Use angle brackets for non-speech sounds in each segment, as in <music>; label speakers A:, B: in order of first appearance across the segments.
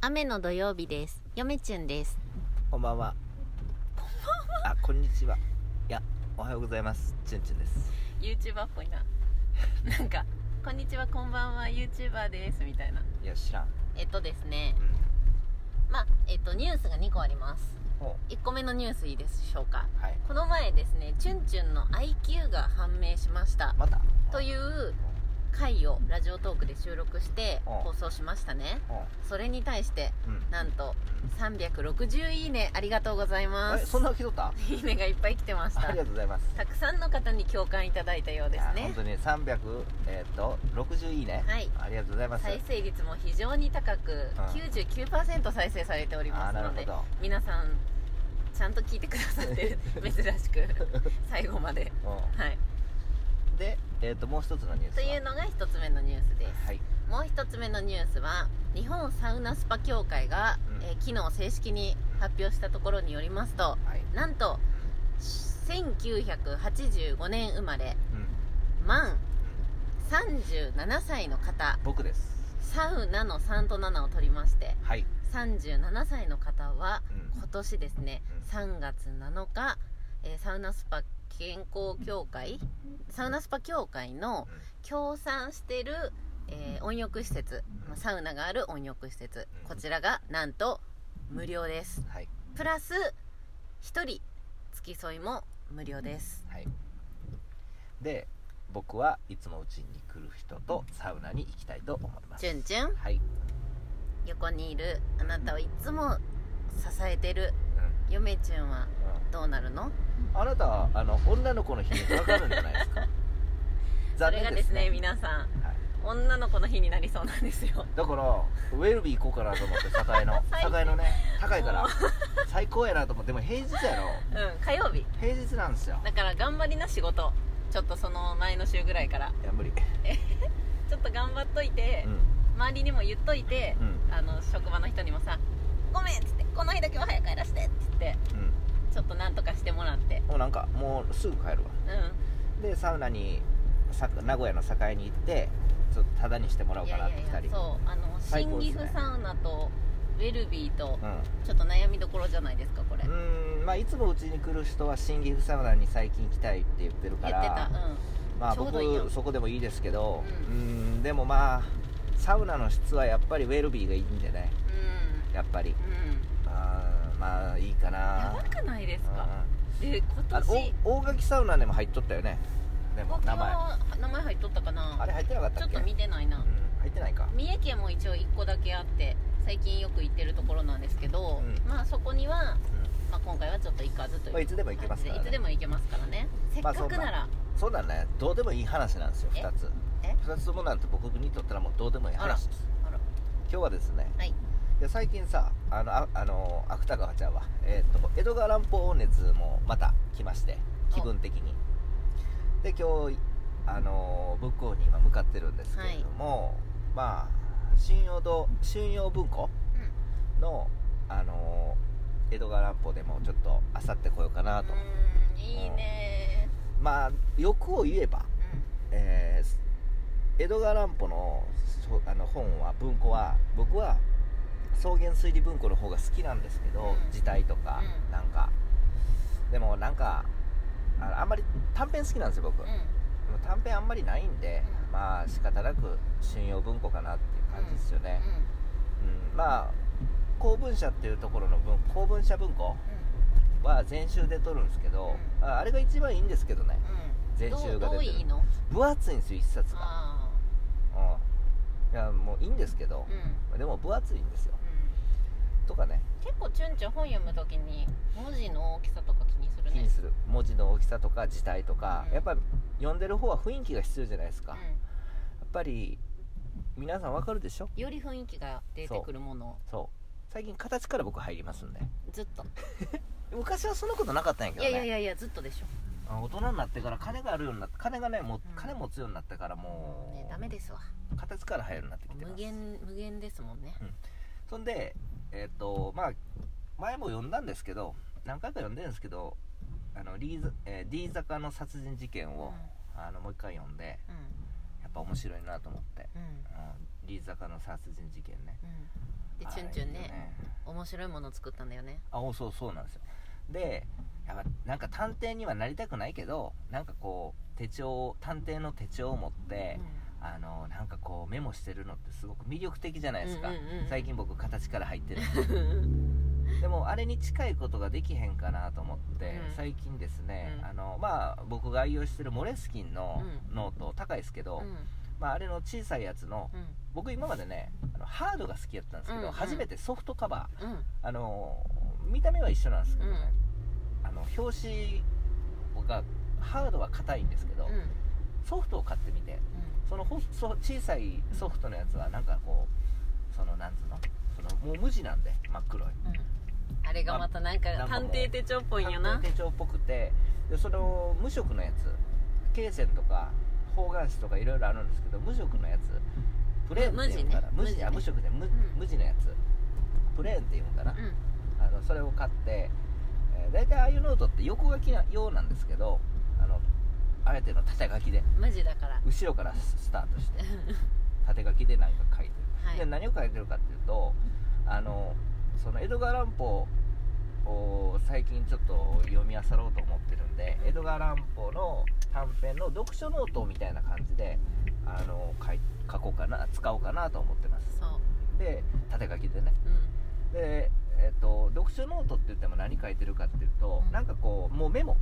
A: 雨の土曜日です。嫁ちゅんです。
B: こんばんは。あ、こんにちは。いや、おはようございます。ちゅんちゅんです。
A: YouTuber っぽいな。 <laughs> なんか、こんにちは、こんばんは、YouTuber です、みたいな。
B: いや、知らん。
A: えっとですね
B: う、ん。
A: まあ、えっと、ニュースが2個あります。
B: ほ
A: 1個目のニュースいいでしょうか。
B: う。はい。
A: この前ですね、チュンチュンの IQ が判明しました。
B: また。
A: と
B: う
A: い
B: ん。
A: う回をラジオトークで収録して
B: うん
A: 放送しましたね。それに対して、
B: うん。
A: なんと、360いいね、ありがとうございま
B: え、
A: す。
B: そんな受け取った。
A: いいねがいっぱい来てまし
B: あ
A: た
B: りがとうございます。
A: たくさんの方に共感いただいたようです
B: いや
A: ね
B: 本当に三百、えーっと、六十いいね。
A: はい
B: ありがとうございます。
A: 再生率も非常に高く
B: ん
A: 99%再生されておりま
B: あ、
A: す
B: な
A: の
B: るほ
A: で
B: ど。
A: 皆さんちゃんと聞いてくださってる
B: <laughs>
A: 珍しく最後まで
B: う
A: はい
B: ん。で、えーっと、もう一つのニュース
A: と
B: は。
A: いうのが一つ目のニュースです
B: はい。
A: もう一つ目のニュースは日本サウナスパ協会が、
B: うん
A: えー昨日正式に発表したところによりますと
B: はい。
A: なんと1985年生まれ
B: うん。
A: 満37歳の方
B: 僕です。
A: サウナの3と7を取りまして
B: はい。
A: 37歳の方は
B: うん
A: 今年ですね
B: うん
A: 3月7日、えーサウナスパ健康協会サウナスパ協会の協賛してる、えー温浴施設まあサウナがある温浴施設こちらがなんと無料です
B: うんはい。
A: プラス1人付き添いも無料です
B: はい。で。僕はいつもうちに来る人とサウナに行きたいと思います。
A: チュンチュン
B: はい。
A: 横にいるあなたをいつも支えてる嫁ちゅんはどうなるの
B: あなたはあの女の子の日にかかるんじゃないです
A: <laughs>
B: か
A: そ
B: 残
A: れが
B: 念
A: で
B: ですすね
A: ね皆さん
B: はい、
A: 女の子の日になりそうなんですよ
B: だからウェルビー行こうかなと思って栄の
A: 最低
B: 栄のね高いから
A: も
B: 最高やなと思ってでも平日やろ
A: うん火曜日
B: 平日なんですよ
A: だから頑張りな仕事ちょっとその前の週ぐらいから
B: いや無理
A: ちょっと頑張っといて
B: うん、
A: 周りにも言っといて
B: う、ん
A: あの職場の人にもさ「ごめん」っつって「この日だけは早く帰らして」っつってちょっとなんとかしてもらって
B: うんもうなんかもうすぐ帰るわ
A: う
B: でサウナにさ名古屋の栄に行ってちょっとタダにしてもらお
A: ん
B: うかなって2人
A: そうあの
B: 最
A: 新
B: 高です
A: 岐
B: ね
A: 阜サウナとウェルビーと
B: うん
A: ちょっと悩みどころじゃないですかこれ
B: う
A: 言っ
B: ーんまあいつもうちに来る人は新岐阜サウナに最近行きたいって言ってる
A: て
B: から
A: たうん
B: まあ
A: ちょう
B: 僕
A: どいいよ
B: そこでもいいですけど
A: う
B: うんーんでもまあサウナの質はやっぱりウェルビーがいいんでね
A: う
B: やっぱり
A: んうん
B: あーまあいいか
A: や
B: な
A: ばくないです
B: うん
A: かで今
B: あ
A: 年
B: お大垣サウナでも入っとったよねでも
A: 僕
B: 名前
A: は名前入っとったか
B: あ
A: な
B: れ入ってなかった
A: ちょ
B: っ
A: っ
B: け
A: と見てないな、
B: うん、入ってないか
A: 三重県も一応1個だけあって最近よく行ってるところなんですけど、
B: うん
A: まあそこには、まあ、今回はちょっと行かずという
B: まあいつでも行けますからね
A: 感じでいつでも行けますからねせっ
B: ま
A: か
B: あ
A: くなら、
B: そうだねどうでもいい話なんですよ
A: え
B: 2つ
A: え
B: 2つともなんて僕にとったらもうどうでもいい話です
A: あら
B: 今日はですね
A: はい
B: いや最近さあのああの芥川ちゃんは、えー、と江戸川乱歩熱もまた来まして気分的にで今日あのブックオフに今向かってるんですけれども、まあ信用堂信用文庫の、あの江戸川乱歩でもちょっとあさってこようかなと、
A: うんいいね
B: まあ欲を言えば、えー江戸川乱歩のそあの本は文庫は僕は草原推理文庫の方が好きなんですけど、
A: うん
B: 字体とか、
A: うん
B: なんかでもなんかあのあんまり短編好きなんですよ僕、
A: うん
B: でも短編あんまりないんで、
A: うん
B: まあ仕方なく信用文庫かなっていう感じですよね、うんまあ公文社っていうところの文公文社文庫は全集で取るんですけど、
A: う
B: ああれが一番いいんですけどね
A: うんうんうん
B: 全
A: ど
B: 集
A: う
B: が
A: どう
B: 出て
A: いい
B: る
A: の
B: 分厚いんですよ一冊が
A: あ
B: うんいやもういいんですけ
A: あ
B: ど
A: う、ん
B: でも分厚いんですよ
A: うん
B: とかね
A: 結構チュンチュン本読むときに文字の大きさとか気にするね
B: 気にする文字の大きさとか字体とか、
A: うん
B: やっぱ読んでる方は雰囲気が必要じゃないですか、やっ
A: う
B: ぱり皆さんわかるでしょ
A: ん、より雰囲気が出てくるものを
B: そう最近形から僕入りますんで
A: ずっと、
B: 昔はそんなことなかったんやけ
A: い
B: どね
A: やいやいやいやずっとでしょ
B: あ大人になってから金があるようになって金がねもう
A: うん
B: 金持つようになってからもう、
A: ねダメですわ
B: 形から入るようになってきてます
A: 無限無限ですもんね
B: そんでえっ、とまあ前も読んだんですけど何回か読んでるんですけどあのリーズ、えー D 坂の殺人事件を、あのもう一回読んで
A: うん
B: やっぱ面白いなと思って、
A: うんうん
B: うん、D 坂の殺人事件ね
A: うんで
B: あの
A: チチュンチュンね
B: あれいいよ
A: 面白いもの作ったんだよね
B: あおそうそうなんですよでやっぱなんか探偵にはなりたくないけどなんかこう手帳探偵の手帳を持って、あのなんかこうメモしてるのってすごく魅力的じゃないですか、
A: うんうんうん
B: 最近僕形から入ってるんで
A: うん
B: でもあれに近いことができへんかなと思って、
A: うん
B: 最近ですね、
A: うん
B: あのまあ僕が愛用してるモレスキンの
A: う
B: ノート、高いですけど、
A: うん
B: まあ、あれの小さいやつの
A: う
B: 僕今までねあのハードが好きやったんですけど、
A: うんうん
B: 初めてソフトカバ
A: んうん
B: ーあの見た目は一緒なんですけどね、あの表紙がハードは硬いんですけど、
A: うん
B: ソフトを買ってみてそのほそ小さいソフトのやつはなんかこうそのなんつうのそのもう無地なんで真っ黒い
A: うんあれがまたなんか
B: なんか
A: 探
B: もう
A: 偵手帳っぽいんよな
B: 手帳っぽくてでその無色のやつ罫線とか方眼紙とかいろいろあるんですけど無色のやつプレーンっていうのかな
A: 無
B: 無
A: 地ね
B: 地あ無
A: 無地
B: 色で無,、
A: ん
B: 無地のやつプレーンっていうのかな、
A: うん
B: あのそれを買って、えー、大体ああいうノートって横書きなようなんですけどあのあえての縦書きで
A: マジだから
B: 後ろからススタート
A: <laughs>
B: して縦書きで何か書いてる
A: はい
B: で何を書いてるかっていうとあのそのエドガー・ランポーを最近ちょっと読み漁ろうと思ってるんでエドガー・ランポーの短編の読書ノートみたいな感じであの書い書こうかな使おうかなと思ってます
A: そう
B: で縦書きでね
A: うん
B: で、えっと読書ノートって言っても何書いてるかっていうと、
A: うん
B: なんかこうもうメモ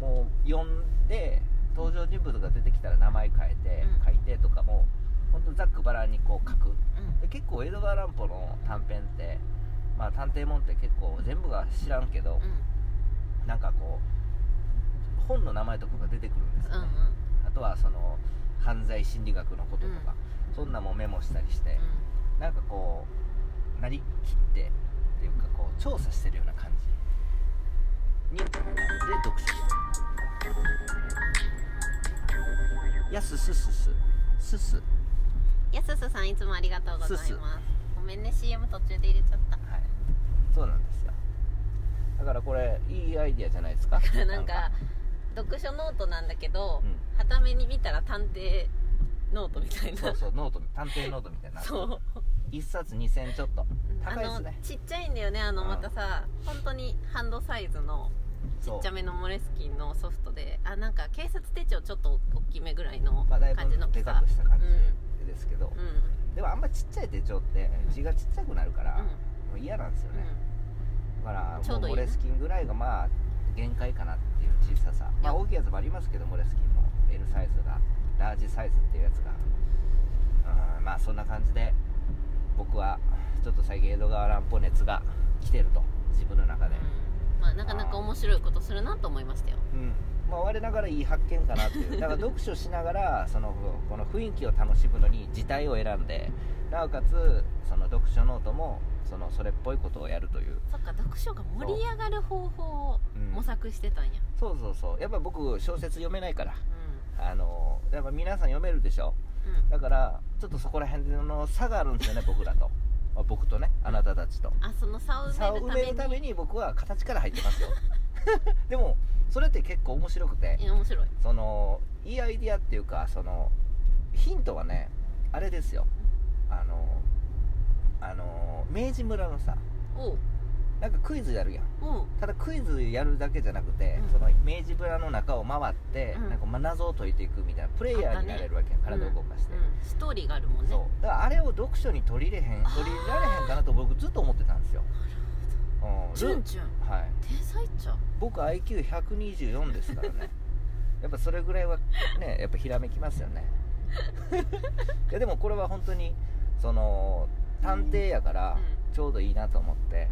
B: もう読んで登場人物が出てきたら名前変えて、
A: うん
B: 書いてとかもほんとざっくばらんにこう書く
A: うんうん
B: で結構エドガー・ランポの短編って、まあ、探偵もんって結構全部が知らんけど、なんかこう本の名前とかが出てくるんです
A: うんう
B: よ
A: ん
B: ね、あとはその犯罪心理学のこととか、そんなもんメモしたりして、なんかこうなりきってっていうかこう調査してるような感じに感じで読書してるやすすすすすすは
A: うんやすすさんいつもありがとうございます
B: す
A: ごめんね CM 途中で入れちゃった
B: いそうなんですよだからこれいいアイディアじゃないですか
A: なんか読書ノートなんだけど
B: うん
A: はために見たら探偵ノートみたいな
B: そうそうノート探偵ノートみたいな
A: そう
B: 一冊二千ちょっと
A: あ
B: 高いっす
A: の
B: ね
A: ちっちゃいんだよねあの
B: うん
A: またさ、本当にハンドサイズのち
B: そう
A: っちゃめのモレスキンのソフトであなんか警察手帳ちょっと大きめぐらいの
B: まあだい
A: 感じの大
B: ぶ
A: き
B: で
A: さ
B: かくした感
A: う
B: じですけど、
A: うんうん
B: でもあんまちっちゃい手帳って字がちっちゃくなるから、もう嫌なんですよね、だから
A: ちょうどいい
B: もモレスキンぐらいがまあ限界かなっていう小ささ、まあ、
A: いや
B: 大きいやつもありますけどモレスキンも L サイズがラージサイズっていうやつがうんまあそんな感じで僕はちょっと最近江戸川乱歩熱が来てると自分の中
A: うん
B: で、
A: うんまあなかなか面白いことするなと思いましたよ
B: うんまあ、我ながらいい発見かなっていうだから読書しながらそのこの雰囲気を楽しむのに字体を選んでなおかつその読書ノートもそのそれっぽいことをやるという
A: そっか読書が盛り上がる方法を
B: うん
A: 模索してたんや、
B: そうそうそうやっぱ僕小説読めないから
A: う
B: あのやっぱ皆さん読めるでしょ
A: んうん
B: だからちょっとそこら辺の差があるんですよね僕らとまあ僕とねあなたたちと
A: あその差を
B: 差を
A: 埋
B: 埋
A: め
B: め
A: る
B: る
A: た
B: た
A: め
B: め
A: に
B: に僕は形から入ってますよ <laughs> でもそれって結構面白くて
A: いや面白い
B: そのいいアイディアっていうかそのヒントはねあれですよあのあの明治村のさ
A: おう
B: なんかクイズやるやん
A: おう
B: ただクイズやるだけじゃなくて、
A: うん
B: その明治村の中を回って、
A: うん
B: なんかまあ謎を解いていくみたいなプレイヤーになれるわけや、ん体を動かして、
A: うん、ストーリーがあるもんね
B: そうだからあれを読書に取り入れへん
A: あー
B: 取り入れられへんかなと僕ずっと思ってたんですよ、うん
A: チュンチュン
B: はい、
A: 天才っちゃう
B: 僕 IQ124 ですか
A: <laughs>
B: らねやっぱそれぐらいはねやっぱひらめきま
A: <laughs>
B: すよねいやでもこれは本当にその探偵やから
A: う
B: ちょうどいいなと思っ
A: んう
B: て、
A: ん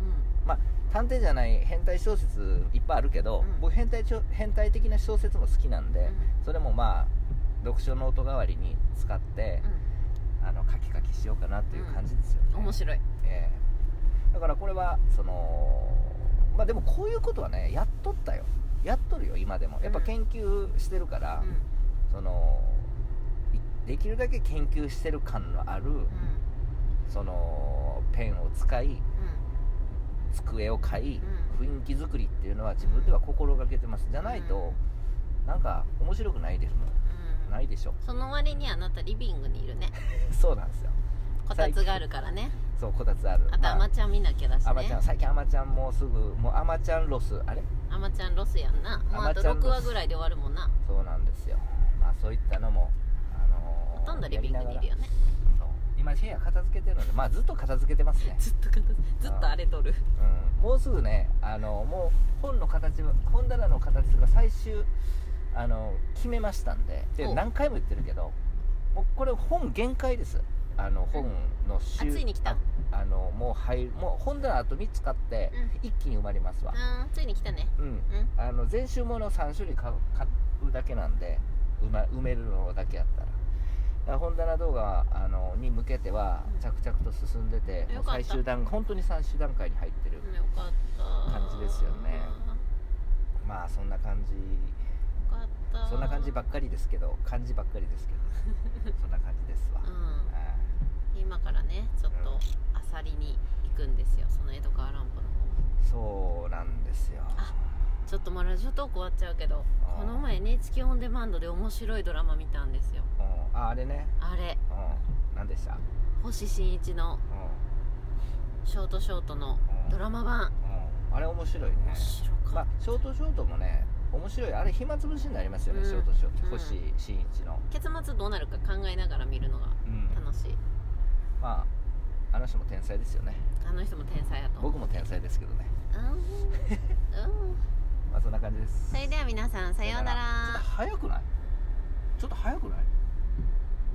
B: 探偵じゃない変態小説いっぱいあるけど、
A: うん
B: 僕変態ちょ変態的な小説も好きなんで、
A: う
B: それもまあ読書ノート代わりに使って、あのカキカキしようかなという感じですよね、
A: ん面白い
B: ええだからこれはそのまあでもこういうことはねやっとったよやっとるよ今でもやっぱ
A: うん
B: 研究してるから、
A: うん
B: そのいできるだけ研究してる感のある、そのペンを使い机を買い、雰囲気作りっていうのは自分では心がけてますじゃないと、なんか面白くないですも
A: う
B: ん
A: んうん
B: ないでしょ <laughs>
A: その割にあなたリビングにいるね
B: そうなんですよ
A: こたつがあるからね
B: そうこたつある
A: あとアマちゃん見なきゃだし
B: あまちゃ
A: ね
B: ん最近あまちゃんもうすぐもうあまちゃんロスあれ
A: アマちゃんロスやんなもうあと
B: アマちゃんロス
A: 6話ぐらいで終わるもんな
B: そうなんですよまあそういったのもあのー
A: ほとんどリビングにいるよね
B: やりながらそう今部屋片付けてるのでまあずっと片付けてますね、
A: ずっと片付ずっとあれ取る
B: うん、もうすぐねあのもう本の形は本棚の形が最終あの決めましたんでで
A: お
B: 何回も言ってるけどもうこれ本限界ですあの本の
A: あ
B: 週
A: ついに来た
B: ああのもう入るもう本棚あと3つ買って
A: う
B: 一気に埋まりますわ
A: んあーついに来たね
B: うん
A: うん
B: あの全種もの3種類買う買うだけなんで埋,、ま、埋めるのだけやったらだから本棚動画あのに向けては
A: うん
B: 着々と進んでて、も
A: よ
B: う
A: かった
B: 最終段本当に最終段階に入ってる、
A: よかった
B: 感じですよねまあそんな感じ
A: よかった
B: そんな感じばっかりですけど感じばっかりですけど
A: <laughs>
B: そんな感じですわ、
A: う
B: あ
A: ん今からねちょっとあさりに行くんですよその江戸川乱歩の方
B: ーそうなんですよ
A: あちょっともうラジオトーク終わっちゃうけど
B: あー
A: この前 NHK オンデマンドで面白いドラマ見たんですよ
B: うんああれね、
A: あれ
B: うん、何でした、うん
A: 星新一のショートショートの
B: うん
A: ドラマ版
B: うん、あれ面白いね
A: 面白
B: ま
A: か
B: あ
A: っ、
B: ショートショートもね面白いあれ暇つぶしになりますよね、
A: うん
B: ショートショート
A: うん
B: 星新一の、
A: た結末どうなるか考えながら見るのが
B: うん、
A: 楽しい
B: まああの人も天才ですよね
A: あの人も天才やと思う
B: 僕も天才ですけどね <laughs>
A: うんうん
B: まあそんな感じです
A: それでは皆さんさようなら
B: ちょっと早くないちょっと早くない